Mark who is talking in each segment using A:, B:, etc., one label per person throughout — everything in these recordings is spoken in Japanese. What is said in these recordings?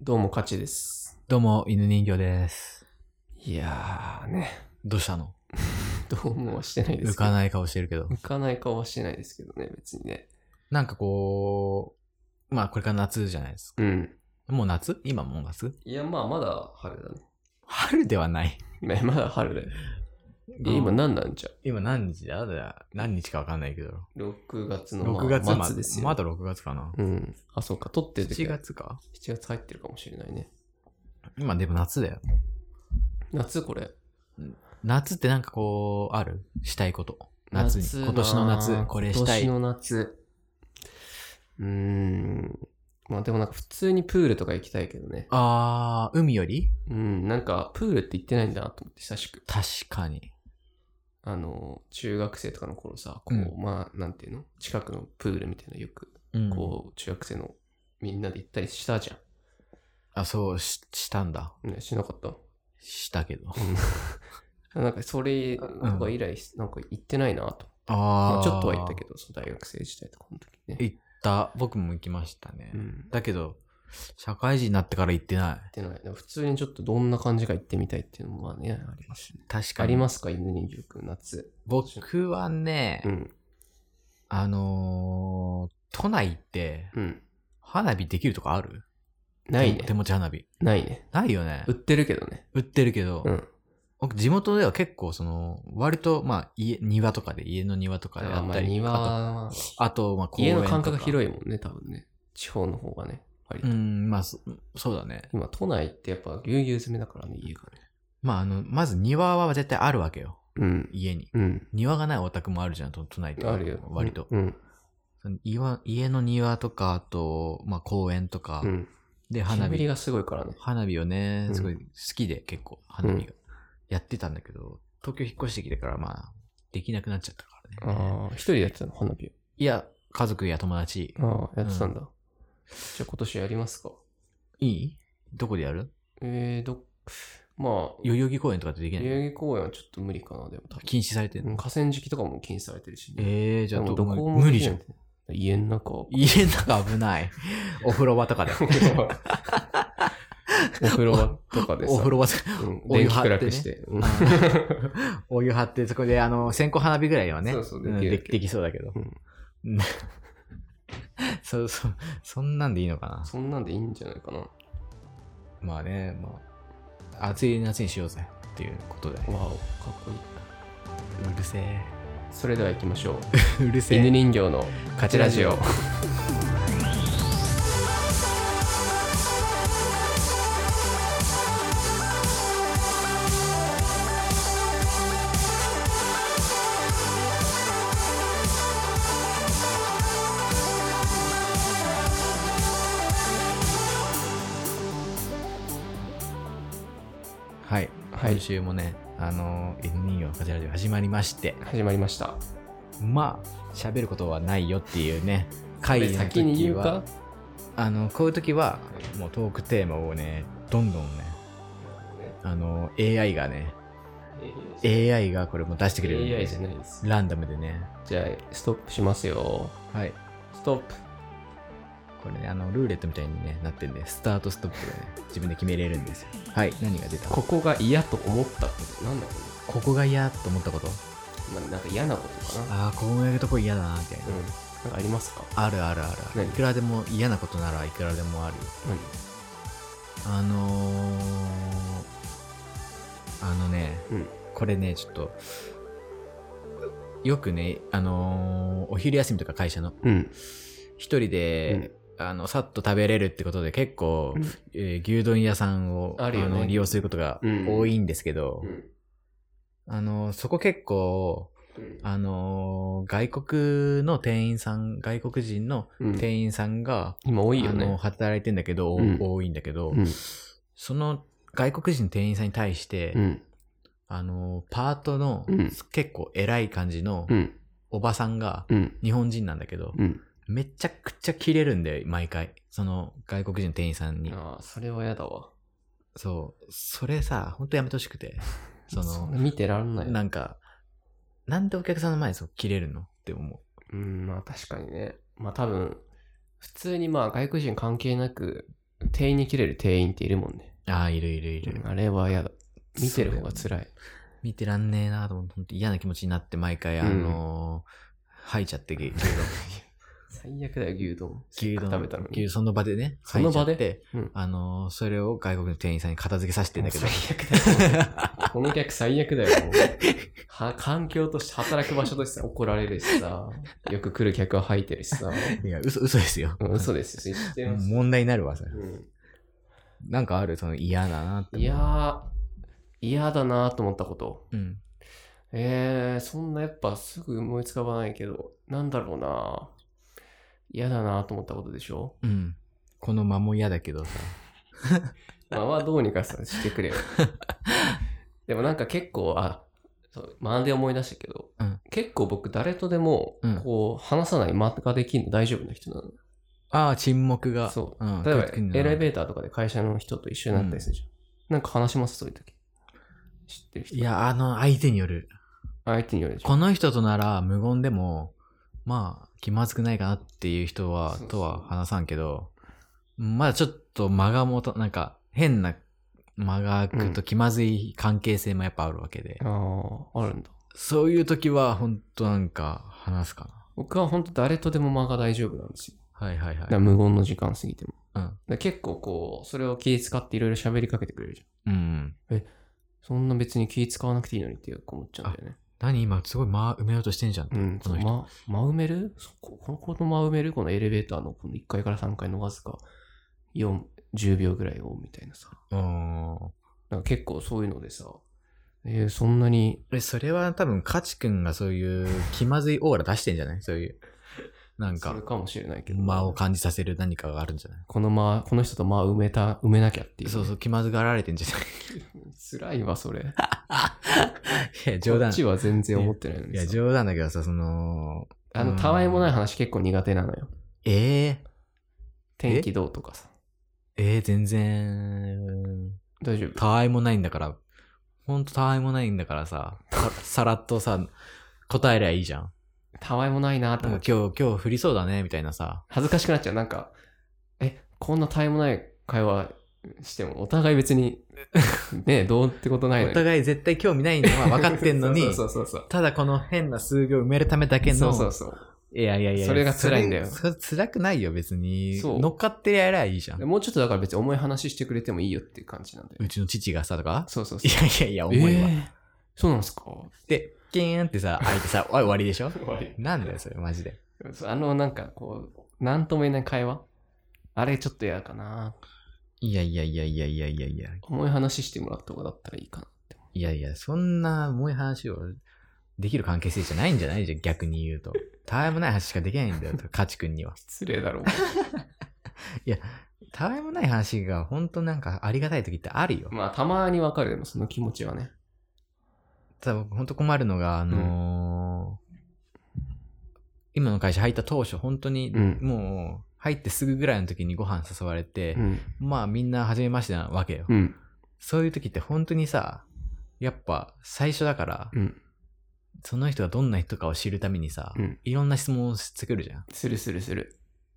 A: どうも勝ちです。
B: どうも、犬人形です。
A: いやーね、
B: どうしたの
A: どうもはしてないで
B: 浮
A: すけど。
B: かない顔してるけど。
A: 浮かない顔はしてないですけどね、別にね。
B: なんかこう、まあこれから夏じゃないです
A: うん。
B: か。もう夏今もう夏
A: いや、まあ、まだ春だね
B: 春ではない。
A: ね。まだ春だよ。え今
B: うん
A: 何なんじゃ
B: 今何日だだ何日かわかんないけど。
A: う ?6 月のまあ
B: 6月ま
A: 末ですよ。
B: まだ6月かな。
A: うん。あ、そうか、撮ってる時
B: 7
A: は
B: 月か
A: 7月入ってるかもしれないね。
B: 今でも夏だよ。
A: 夏これ。
B: 夏ってなんかこう、あるしたいこと。夏に。今年の夏、これしたい。
A: 今年の夏。うーん。まあでもなんか普通にプールとか行きたいけどね。
B: あー、海より
A: うん、なんかプールって行ってないんだなと思って、久しく。
B: 確かに。
A: あの、中学生とかの頃さ、こう、
B: う
A: まあ、なんていうの近くのプールみたいなのよく、
B: うん
A: こう、中学生のみんなで行ったりしたじゃ
B: あ、そうし、したんだ。
A: ん。ね、しなかった
B: したけど。
A: なんか、それとか以来、なんか行ってないなと。ま
B: あ
A: あ
B: ー。
A: ちょっとは行ったけど、その大学生時代とかの時ね。
B: 行った僕も行きましたね、
A: うん。
B: だけど社会人になってから行ってない
A: 行ってない。でも普通にちょっとどんな感じか行ってみたいっていうのはね、ありますね。
B: 確か
A: あ
B: に
A: りますか犬人形くん、夏。
B: 僕はね、
A: うん。
B: あのー都内って
A: うん。
B: 花火できるとかある
A: ないね
B: 手。手持ち花火
A: ないね。
B: ないよね
A: 売ってるけどね。
B: 売ってるけど、
A: うん。
B: 僕地元では結構その割とまあ家庭とかで家の庭とか
A: だ
B: で
A: か
B: や
A: ら
B: っ
A: まあ
B: たり
A: 庭
B: あ
A: は、
B: とあとまあ公園
A: 家
B: と
A: の
B: か
A: 感覚が広いもんね、多分ね。地方の方がね、割と。
B: うんまあそそうだね
A: 今、都内ってやっぱぎゅうぎゅう詰めだからね、家がね。
B: まああのまず庭は絶対あるわけよ
A: うん。
B: 家に
A: うん。
B: 庭がないお宅もあるじゃん都都内って
A: あるよ。
B: 割と、
A: うん。
B: その庭家の庭とか、あと、まあ、公園とか、
A: うん。
B: で、花
A: 花火
B: 火、
A: がすごいからね。
B: 花火をね
A: う、ん
B: すごい好きで、結構、花火が、やってたんだけど、東京引っ越してきてから、まあ、できなくなっちゃったからね。
A: ああ、一人でやってたの、花火
B: いや、家族や友達、
A: を。ああ、やってたんだ。じゃあ今年やりますか。
B: いいどこでやる
A: えー、どっ、まあ、
B: 代々木公園とかってでき
A: 代
B: ない
A: 々木公園はちょっと無理かな、でも多分。
B: 禁止されてる
A: うん河川敷とかも禁止されてるしね。
B: ええー、じ
A: で
B: ゃあ
A: も
B: ど
A: どこも
B: 無理じゃ
A: で
B: ん。
A: きない。家の中 は。
B: 家の中危ない。 お風呂場とかで。
A: お風呂場お風呂場とかでさ。
B: お風呂場とか、
A: うん
B: お湯
A: 電気
B: 張っ
A: 暗く
B: てね
A: して。うん
B: お湯張って、そこで、あの、線香花火ぐらいはね、
A: そうそう
B: うん
A: できる
B: できできそうだけど。うんそうそう、そんなんでいいのかな。
A: そんなんでいいんじゃないかな。わ
B: まあね、まあ、暑い夏にしようぜっていうことで。
A: お、かっこいい。
B: うるせえ。
A: それでは行きましょ
B: うる
A: う。
B: せ
A: 犬
B: え。
A: 人形の勝ちラジオ。
B: はい。
A: はい
B: 今週もね、あの、犬人形のカジラジオ始まりまして、
A: 始まりました。
B: まあ、喋ることはないよっていうね、会
A: で
B: 議の
A: 先に
B: 時
A: 言う
B: は
A: か、
B: あの、こういう時は、もうトークテーマをね、どんどんね、あの、AI がね、AI がこれも出してくれるんで
A: AI じゃないです。
B: ランダムでね。
A: じゃあ、ストップしますよ。
B: はい。
A: ストップ。
B: これね、あの、ルーレットみたいに、ね、なってんで、スタートストップでね、自分で決めれるんですよ。はい。何が出た
A: ここが嫌と思ったこと。なんだろ
B: ここが嫌と思ったこと
A: うね。まあなんか嫌なことかな。
B: ああ、こういうとこ嫌だな、みたいな
A: うん。。なんかありますか
B: あるあるあるある。
A: 何
B: いくらでも嫌なことならいくらでもあるよ。
A: 何
B: あのー、あのね、
A: うん。
B: これね、ちょっと、よくね、あのーお昼休みとか会社の、
A: うん。
B: 一人で、あの、さっと食べれるってことで結構、
A: うん
B: えー牛丼屋さんを
A: あるよね
B: の利用することが
A: うん
B: 多いんですけど、
A: うん
B: あの、そこ結構、
A: うん
B: あの、外国の店員さん、外国人の
A: うん。
B: 店員さんが、
A: 今多いよ
B: あの
A: ね。
B: 働いてんだけど、お
A: うん
B: 多いんだけど、
A: うん。
B: その外国人の店員さんに対して、
A: うん。
B: あの、パートの、
A: うん
B: 結構偉い感じの
A: うん。
B: おばさんが、
A: うん。
B: 日本人なんだけど、
A: うん。
B: めちゃくちゃ切れるんだよ、毎回。その外国人の店員さんに。
A: ああ、それは嫌だわ。
B: そう。それさ、ほんとやめてほしくて。そ
A: そ
B: の、
A: れ見てらんないわ。
B: なんか、なんでお客さんの前でそう切れるのって思
A: うん、まあ確かにね。まあ多分、普通にまあ外国人関係なく、店員に切れる店員っているもんね。
B: ああ、いるいるいる。
A: あれは嫌だ。見てる方が辛い。
B: 見てらんねえなと思って、本当に嫌な気持ちになって、毎回、あのー吐いちゃ って、牛丼。
A: 最悪だよ、牛丼。
B: 牛丼。
A: 食べたのに。
B: 牛その場でね。
A: その場で
B: 吐いちゃって
A: うん
B: あのーそれを外国の店員さんに片付けさせてんだけど。
A: 最悪だよ。この客最悪だよ。もう は環境として、働く場所としてさ怒られるしさ、よく来る客は吐いてるしさ。
B: いや、嘘、 嘘ですよ。
A: うん嘘 ですよ、知ってます。
B: 問題になるわ、それ。
A: うん
B: なんかあるその嫌だなって。
A: いやー、嫌だなと思ったこと。
B: うん。
A: えー、そんなやっぱすぐ思いつかばないけど、なんだろうな嫌だなと思ったことでし ょ
B: うん。この間も嫌だけどさ。
A: まあまあどうにかさ、して くれよ。でもなんか結構、あ、そう、学んで思い出したけど、
B: うん
A: 結構僕誰とでも
B: うん、
A: こう、話さない間ができるの大丈夫な人なの。
B: ああ、沈黙が。
A: そう。
B: うん。
A: 例
B: 食いつくん
A: え
B: だ
A: ば、エ
B: な
A: レベーターとかで会社の人と一緒になったりするじゃん。なんか話します、そういう時。知ってる人。
B: い、や、あの、相手による。
A: 相手によるでしょ。
B: この人となら無言でも、まあ、気まずくないかなっていう人は、
A: そうそう
B: とは話さんけど、まだちょっと間がもた、なんか、変な間が空くと気まずい関係性もやっぱあるわけで、
A: ああ、あるんだ。
B: そういう時は、本当なんか、話すかな。
A: 僕は本当誰とでも間が大丈夫なんですよ。
B: はいはいは
A: だから
B: い。
A: 無言の時間過ぎても。
B: うん
A: だから結構こう、それを気使っていろいろ喋りかけてくれるじゃん。
B: うん。
A: そんな別に気使わなくていいのにって思っちゃうんだよね。
B: 何今、すごい間埋めようとしてんじゃ
A: う
B: ん。
A: ん。
B: この人
A: ま、間埋めるそこ、この子の間埋めるこのエレベーターのこの1階から3階のわずか4、10秒ぐらいをみたいなさ。
B: うん。
A: なんか結構そういうのでさ、えーそんなに、
B: え、それは多分、カチ君がそういう気まずいオーラ出してんじゃないそういう。なん
A: そ
B: か
A: れ、かもしれないけど。
B: 間を感じさせる何かがあるんじゃない
A: この間、この人と間埋めた、埋めなきゃっていう。
B: そうそう、気まずがられてんじゃない
A: 辛いわ、それ。
B: いや、冗
A: こ
B: 談。
A: っち
B: い
A: は全然思ってないのにさ。
B: や、冗談だけどさ、その、
A: あ
B: う
A: の、
B: ん
A: たわいもない話結構苦手なのよ。
B: ええ
A: 天気どうとかさ。
B: ええ全然、
A: 大丈夫
B: たわいもないんだから、ほんとたわいもないんだからさ、ささらっとさ、答えりゃいいじゃん。
A: たわいもないなと
B: な
A: 思
B: ん
A: っ
B: か
A: て。
B: 今日、今日降りそうだね、みたいなさ。
A: 恥ずかしくなっちゃう。なんか、え、こんなたわいもない会話しても、お互い別 に、ねどうってことないの
B: お
A: に。
B: 互い絶対興味ないのは分かってんのに、
A: そうそうそうそう。
B: ただこの変な数行埋めるためだけの、
A: そうそうそう
B: いやいやいや、
A: それが辛いんだよ
B: それそれ辛くないよ、別に。
A: そう
B: 乗っかってやりゃいいじゃ
A: で。
B: ん。
A: もうちょっとだから別に重い話してくれてもいいよっていう感じなんで。
B: うちの父がさ、とか。
A: そうそうそ。
B: いうやいやいや、重いわ。
A: えーそうなんですか
B: で、キーンってさ、開いてさ、おい終わりでしょ
A: 終わり
B: なんだよ、それ、マジで。
A: あの、なんかこう、なんとも言えない会話あれちょっと嫌かない
B: やいやいやいやいやいやいや。
A: 重い話してもらった方がだったらいいかなって。
B: いやいや、そんな重い話をできる関係性じゃないんじゃないじゃん、逆に言うと。たわいもない話しかできない んだよ、カチ君には。
A: 失礼だろう。
B: たわいもない話が、ほんとなんかありがたい時ってあるよ。
A: まあ、たまにわかるでも、その気持ちはね。
B: ただ僕ほんと困るのが、あのー今の会社入った当初、本当に
A: うん
B: もう入ってすぐぐらいの時にご飯誘われて、
A: ん。
B: まあみんな初めましてなわけよ。
A: うん。
B: そういう時って本当にさ、やっぱ最初だから、
A: うん。
B: その人がどんな人かを知るためにさ、
A: うん
B: いろんな質問をしてくるじゃん。
A: するするする。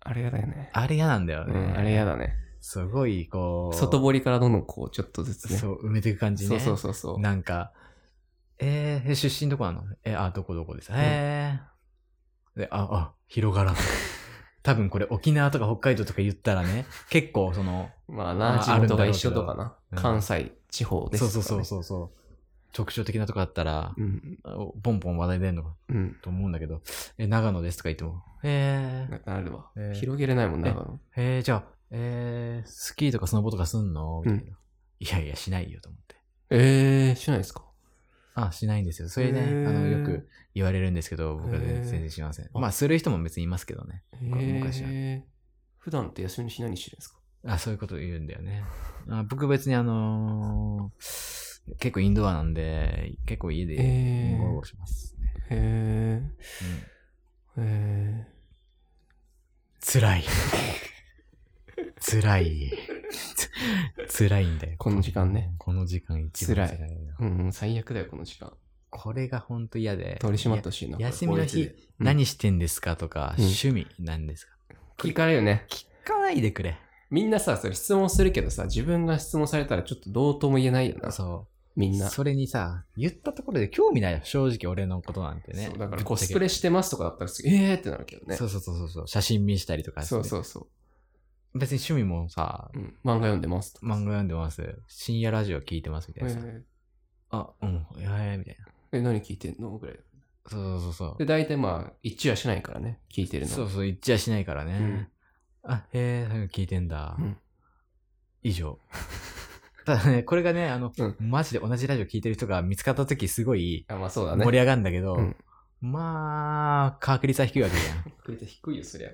A: あれ嫌だよね。
B: あれ嫌なんだよ
A: う
B: ね。
A: ん、あれ嫌だね。
B: すごい、こう。
A: 外堀からどんどんこう、ちょっとずつね。
B: そう、埋めていく感じ
A: そう
B: ね。
A: そうそうそう。
B: なんか、えー、え出身どこなのえ、あ、どこどこです。えー。で、あ、あ、広がらん。 多分これ沖縄とか北海道とか言ったらね、結構その、
A: まあ
B: ま
A: な、
B: あ
A: 地元が一緒とかな。
B: あるんだろうけどうん
A: 関西地方です
B: そ
A: と
B: う
A: か
B: そ
A: ね
B: うそうそうそう。特徴的なとこだったら、
A: うん。
B: おポンポン話題出るのか
A: うん。
B: と思うんだけど、え、長野ですとか言っても、えー、
A: なるわ
B: えー。
A: 広げれないもんな、長野
B: えー、じゃあ、えー、スキーとかスノボとかすんのみたいな、
A: う
B: いやいや、しないよと思って。
A: えー、しないですか
B: あ、しないんですよ。それね、
A: へー
B: あの、よく言われるんですけど、僕は
A: へー
B: 全然しません。まあ、する人も別にいますけどね。
A: え
B: 昔は
A: ー。普段って休みの日何してるんですか
B: あ、そういうこと言うんだよね。あ僕別にあのー結構インドアなんで、結構家で
A: え
B: ゴロゴ
A: ー
B: ロしますね。
A: えー。
B: うん
A: え
B: 辛 い。辛い。つ辛いんだよ。
A: この時間ね。
B: この時間一番辛いな。
A: ー。うん、最悪だよ、この時間。
B: これがほんと嫌で。
A: 取り締まってほしいな。
B: いや休みの日
A: これ法律で、うん
B: 何してんですかとか、
A: うん
B: 趣味なんですか
A: 聞かれるね。
B: 聞かないでくれ。
A: みんなさ、それ質問するけどさ、自分が質問されたらちょっとどうとも言えないよな、
B: そ
A: み
B: う。
A: んな。
B: それにさ、言ったところで興味ないよ。正直俺のことなんてね
A: そう。だからコスプ
B: レ
A: レしてますとかだったらすぐ、えーってなるけどね。
B: そうそうそうそう。写真見したりとかして
A: そうそうそ
B: 別に趣味もさ、
A: う。うん、漫画読んでますとか。
B: 漫画読んでます。深夜ラジオ聞いてますみたいなさ。
A: え
B: あ、うん、ええみたいな。
A: ーえ、何聞いてんのぐらい。
B: そうそうそうそ
A: で、大体まあ、一致はしないからね、聞いてる
B: う。
A: の。
B: そうそう、一致はしないからね。あ、へえ、そういうの聞いてんだ。
A: うん
B: 以上。 ただね、これがね、あの、
A: うん
B: マジで同じラジオ聞いてる人が見つかった時すごい
A: あ、まあそうだね。
B: 盛り上がるんだけど、
A: うん
B: まあ、確率は低いわけじゃん。
A: くれて低いよ、そりゃ。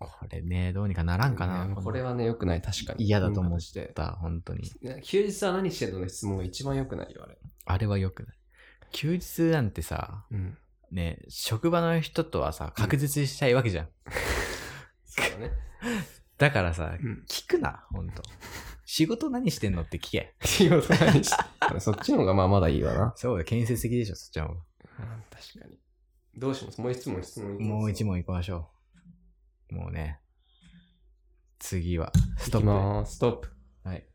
B: これね、どうにかならんかな。
A: うんこれ
B: は。
A: はね、良くない、確かに。
B: 嫌だと思う
A: 女して。
B: 本当に。
A: ね休日は何してんのの質問が一番良くないよ、あれ。
B: あれは良くない。休日なんてさ、
A: うん。
B: ね、職場の人とはさ、確実にしたいわけじゃん。
A: そうだね。
B: だからさ、
A: うん。
B: 聞くな、ほんと。仕事何してんのって聞け。
A: 仕事何して そっちの方がまあまだいいわな。
B: そうだ、建設的でしょ、そっちはも
A: 確かに。どうしますもう一問質問
B: う。もう一
A: 問。
B: 問行きましょう。もうね。次は、ス
A: い
B: ト
A: き
B: ッ
A: まーす。ストップ。
B: はい。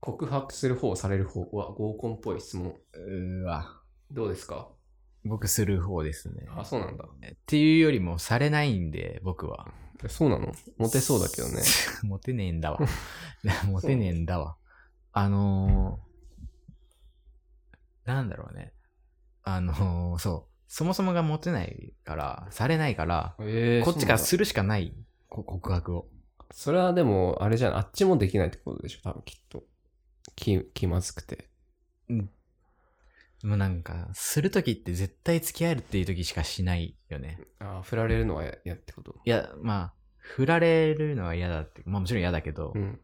A: 告白する方、される方は合コンっぽい質問。
B: プ。うーわ。
A: どうですか
B: 僕する方ですね。
A: あ、そうなんだ。
B: っていうよりも、されないんで、僕は。
A: えそうなのモテそうだけどね。。
B: モテね えんだわ。モテねえんだわ。あのー、なんだろうね。あのー、そう。そもそもがモテないから、されないから、
A: えー
B: こっちから
A: そう
B: するしかない、こ告白
A: な
B: を。
A: んだそれはでも、あれじゃん。あっちもできないってことでしょ多分きっと。気、気まずくて。
B: もうなんか、するときって絶対付き合えるっていうときしかしないよね。
A: ああ、振られるのは嫌ってこと。
B: いや、まあ、振られるのは嫌だって、まあもちろん嫌だけど、
A: うん。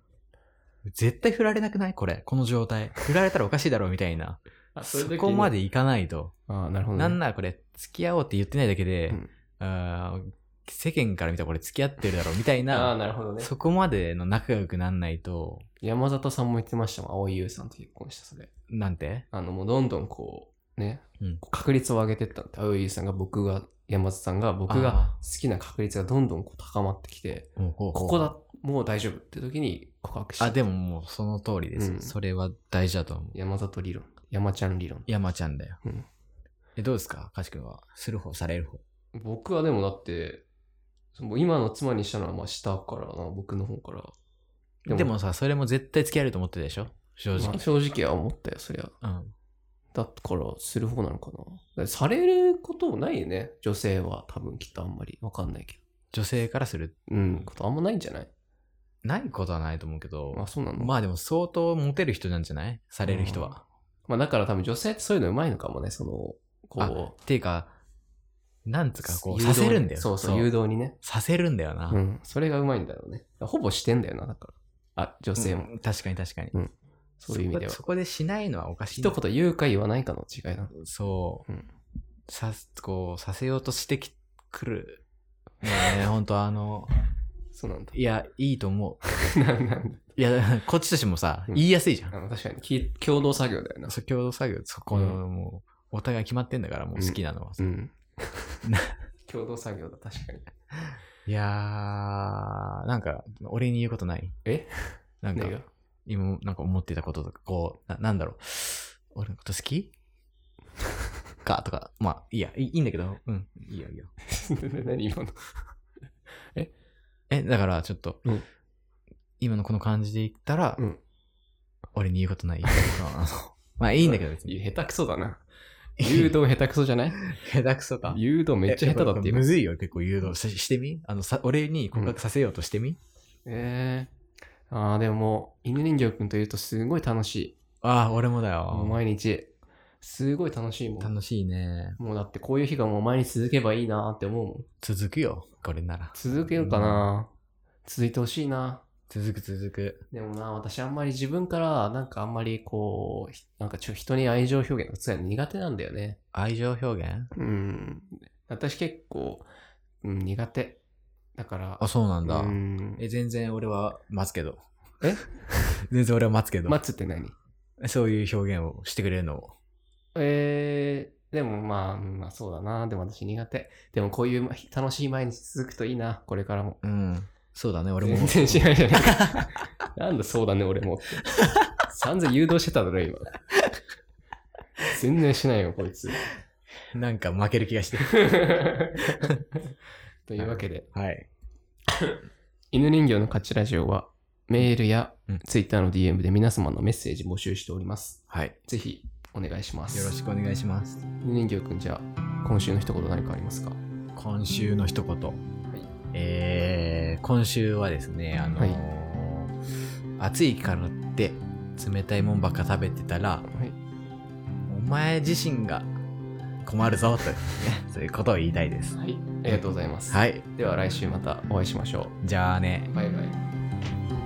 B: 絶対振られなくないこれ、この状態。振られたらおかしいだろうみたいな。
A: あ
B: そこま。でいかないと。
A: ああ、なるほど、ね。
B: なんならこれ、付き合おうって言ってないだけで、
A: うん
B: あー世間から見たらこれ付き合ってるだろうみた い
A: ああ、な
B: な、
A: るほどね。
B: そこまでの仲良くなんないと、
A: 山里さんも言ってましたもん。蒼井優さんと結婚した、それ。
B: なんて
A: あの、もうどんどんこう、ね、
B: うん
A: こう確率を上げてったって。蒼井優さんが僕が、山里さんが僕が
B: あ
A: 好きな確率がどんどんこう高まってきて、
B: こ
A: ここ。だ、もう大丈夫って時に告白した。
B: あ、でももうその通りです。
A: うん
B: それは大事だと思う。
A: 山里理論。山ちゃん理論。
B: 山ちゃんだよ。
A: うん
B: え、どうですかかしくんは。する方、される方。
A: 僕はでもだって、その今の妻にしたのはまあ下からな、僕の方から。
B: でもさ、それも絶対付き合えると思ってたでしょ
A: ま
B: 正直
A: あ、。正直は思ったよ、そりゃ。
B: うん。
A: だから、する方なのかな。だからされることもないよね。女性は多分きっとあんまりわかんないけ
B: 女性からする。
A: ど。うん、ことあんまないんじゃない
B: ないことはないと思うけど、
A: あ、そうなの
B: まあでも相当モテる人なんじゃないされる人は。
A: まあだから多分女性ってそういうのうまいのかもね。その、こう。
B: っていうか、なんつうか、こう、
A: 誘導
B: させるんだよ。
A: そうそう、誘導にね。
B: させるんだよな。
A: うん、それがうまいんだろうね。ほぼしてんだよな、だから。あ、女性も。
B: うん確かに確かに。
A: そういう意味では
B: そこ。そこでしないのはおかしいな。
A: 一言言うか言わないかの違いなの。
B: そう。
A: うん
B: さす、こう、させようとしてきくる。ね え、ほんとあの、
A: そうなんだ。
B: いや、いいと思う。
A: なんなん
B: いや、こっちとしてもさ、
A: うん
B: 言いやすいじゃん
A: だ。あ。の確かにき、共同作業だよな。
B: そう共同作業、そこの、もう、お互い決まってんだから、もう好きなのは。
A: うん
B: な。
A: 共同作業だ、確かに。
B: いやー、なんか、俺に言うことない
A: え
B: なんか
A: 何、が
B: 今、なんか思ってたこととか、こう、ななんだろう。俺のこと 好きかとか、まあ、いいや、いいいいんだけど、うん、いいよいいよ。
A: 何今の
B: え、だから、ちょっと、
A: うん
B: 今のこの感じで言ったら、
A: うん
B: 俺に言うこ とない。あのまあ、いいんだけど、別に。
A: いや下手くそだな。誘導下手くそじゃない
B: 下手くそか。
A: 誘導めっちゃ下手だって
B: え
A: 今
B: む。ずいよ、結構誘導ししてみあのさ、俺に告白させようとしてみ、
A: えー。ああ、でももう、犬人形くんというとすごい楽しい。
B: ああ、俺もだ
A: もう
B: よ。
A: 毎日。すごい楽しいもん。
B: 楽しいね。
A: もうだってこういう日がもう毎日続けばいいなーって思うもん。
B: 続くよ、これなら。
A: 続けるかな、続いてほしいな
B: 続く続く。
A: でもな、私あんまり自分から、なんかあんまりこう、ひなんかちょ人に愛情表現がつや苦手なんだよね。
B: 愛情表現
A: うん。私結構、うん、苦手。だから、
B: あ、そうなんだ。
A: うん
B: え、全然俺は待つけど。
A: え
B: 全然俺は待つけど、
A: 待つって何
B: そういう表現をしてくれるのを。
A: えー、でもまあ、うんまあそうだな。でも私苦手。でもこういうま楽しい毎日続くといいな、これからも。
B: うん。そうだね、俺も
A: 全。然しないじゃないか。なんだそうだね、俺もって。散々誘導してただろ、今。全然しないよ、こい つ。
B: なんか負ける気 がして。
A: というわけで、
B: はい。
A: 犬人形の勝ちラジオは、メールや
B: うん
A: ツイッターの DM で皆様のメッセージ募集しております。
B: はい。よ
A: ぜひ、お願いします。
B: ろしくお願いします。
A: 犬人形くん、じゃあ、今週の一言何かありますか
B: 今週の一言、
A: い
B: えー今週はですねあのー暑いからって冷たいもんばっか食べてた
A: は
B: ら
A: い。
B: お前自身が困るぞというねそういうことを言いたいです
A: はい。ありがとうございます。
B: はい
A: では、来週またお会いしましょ
B: じゃあね
A: う。バイバイ。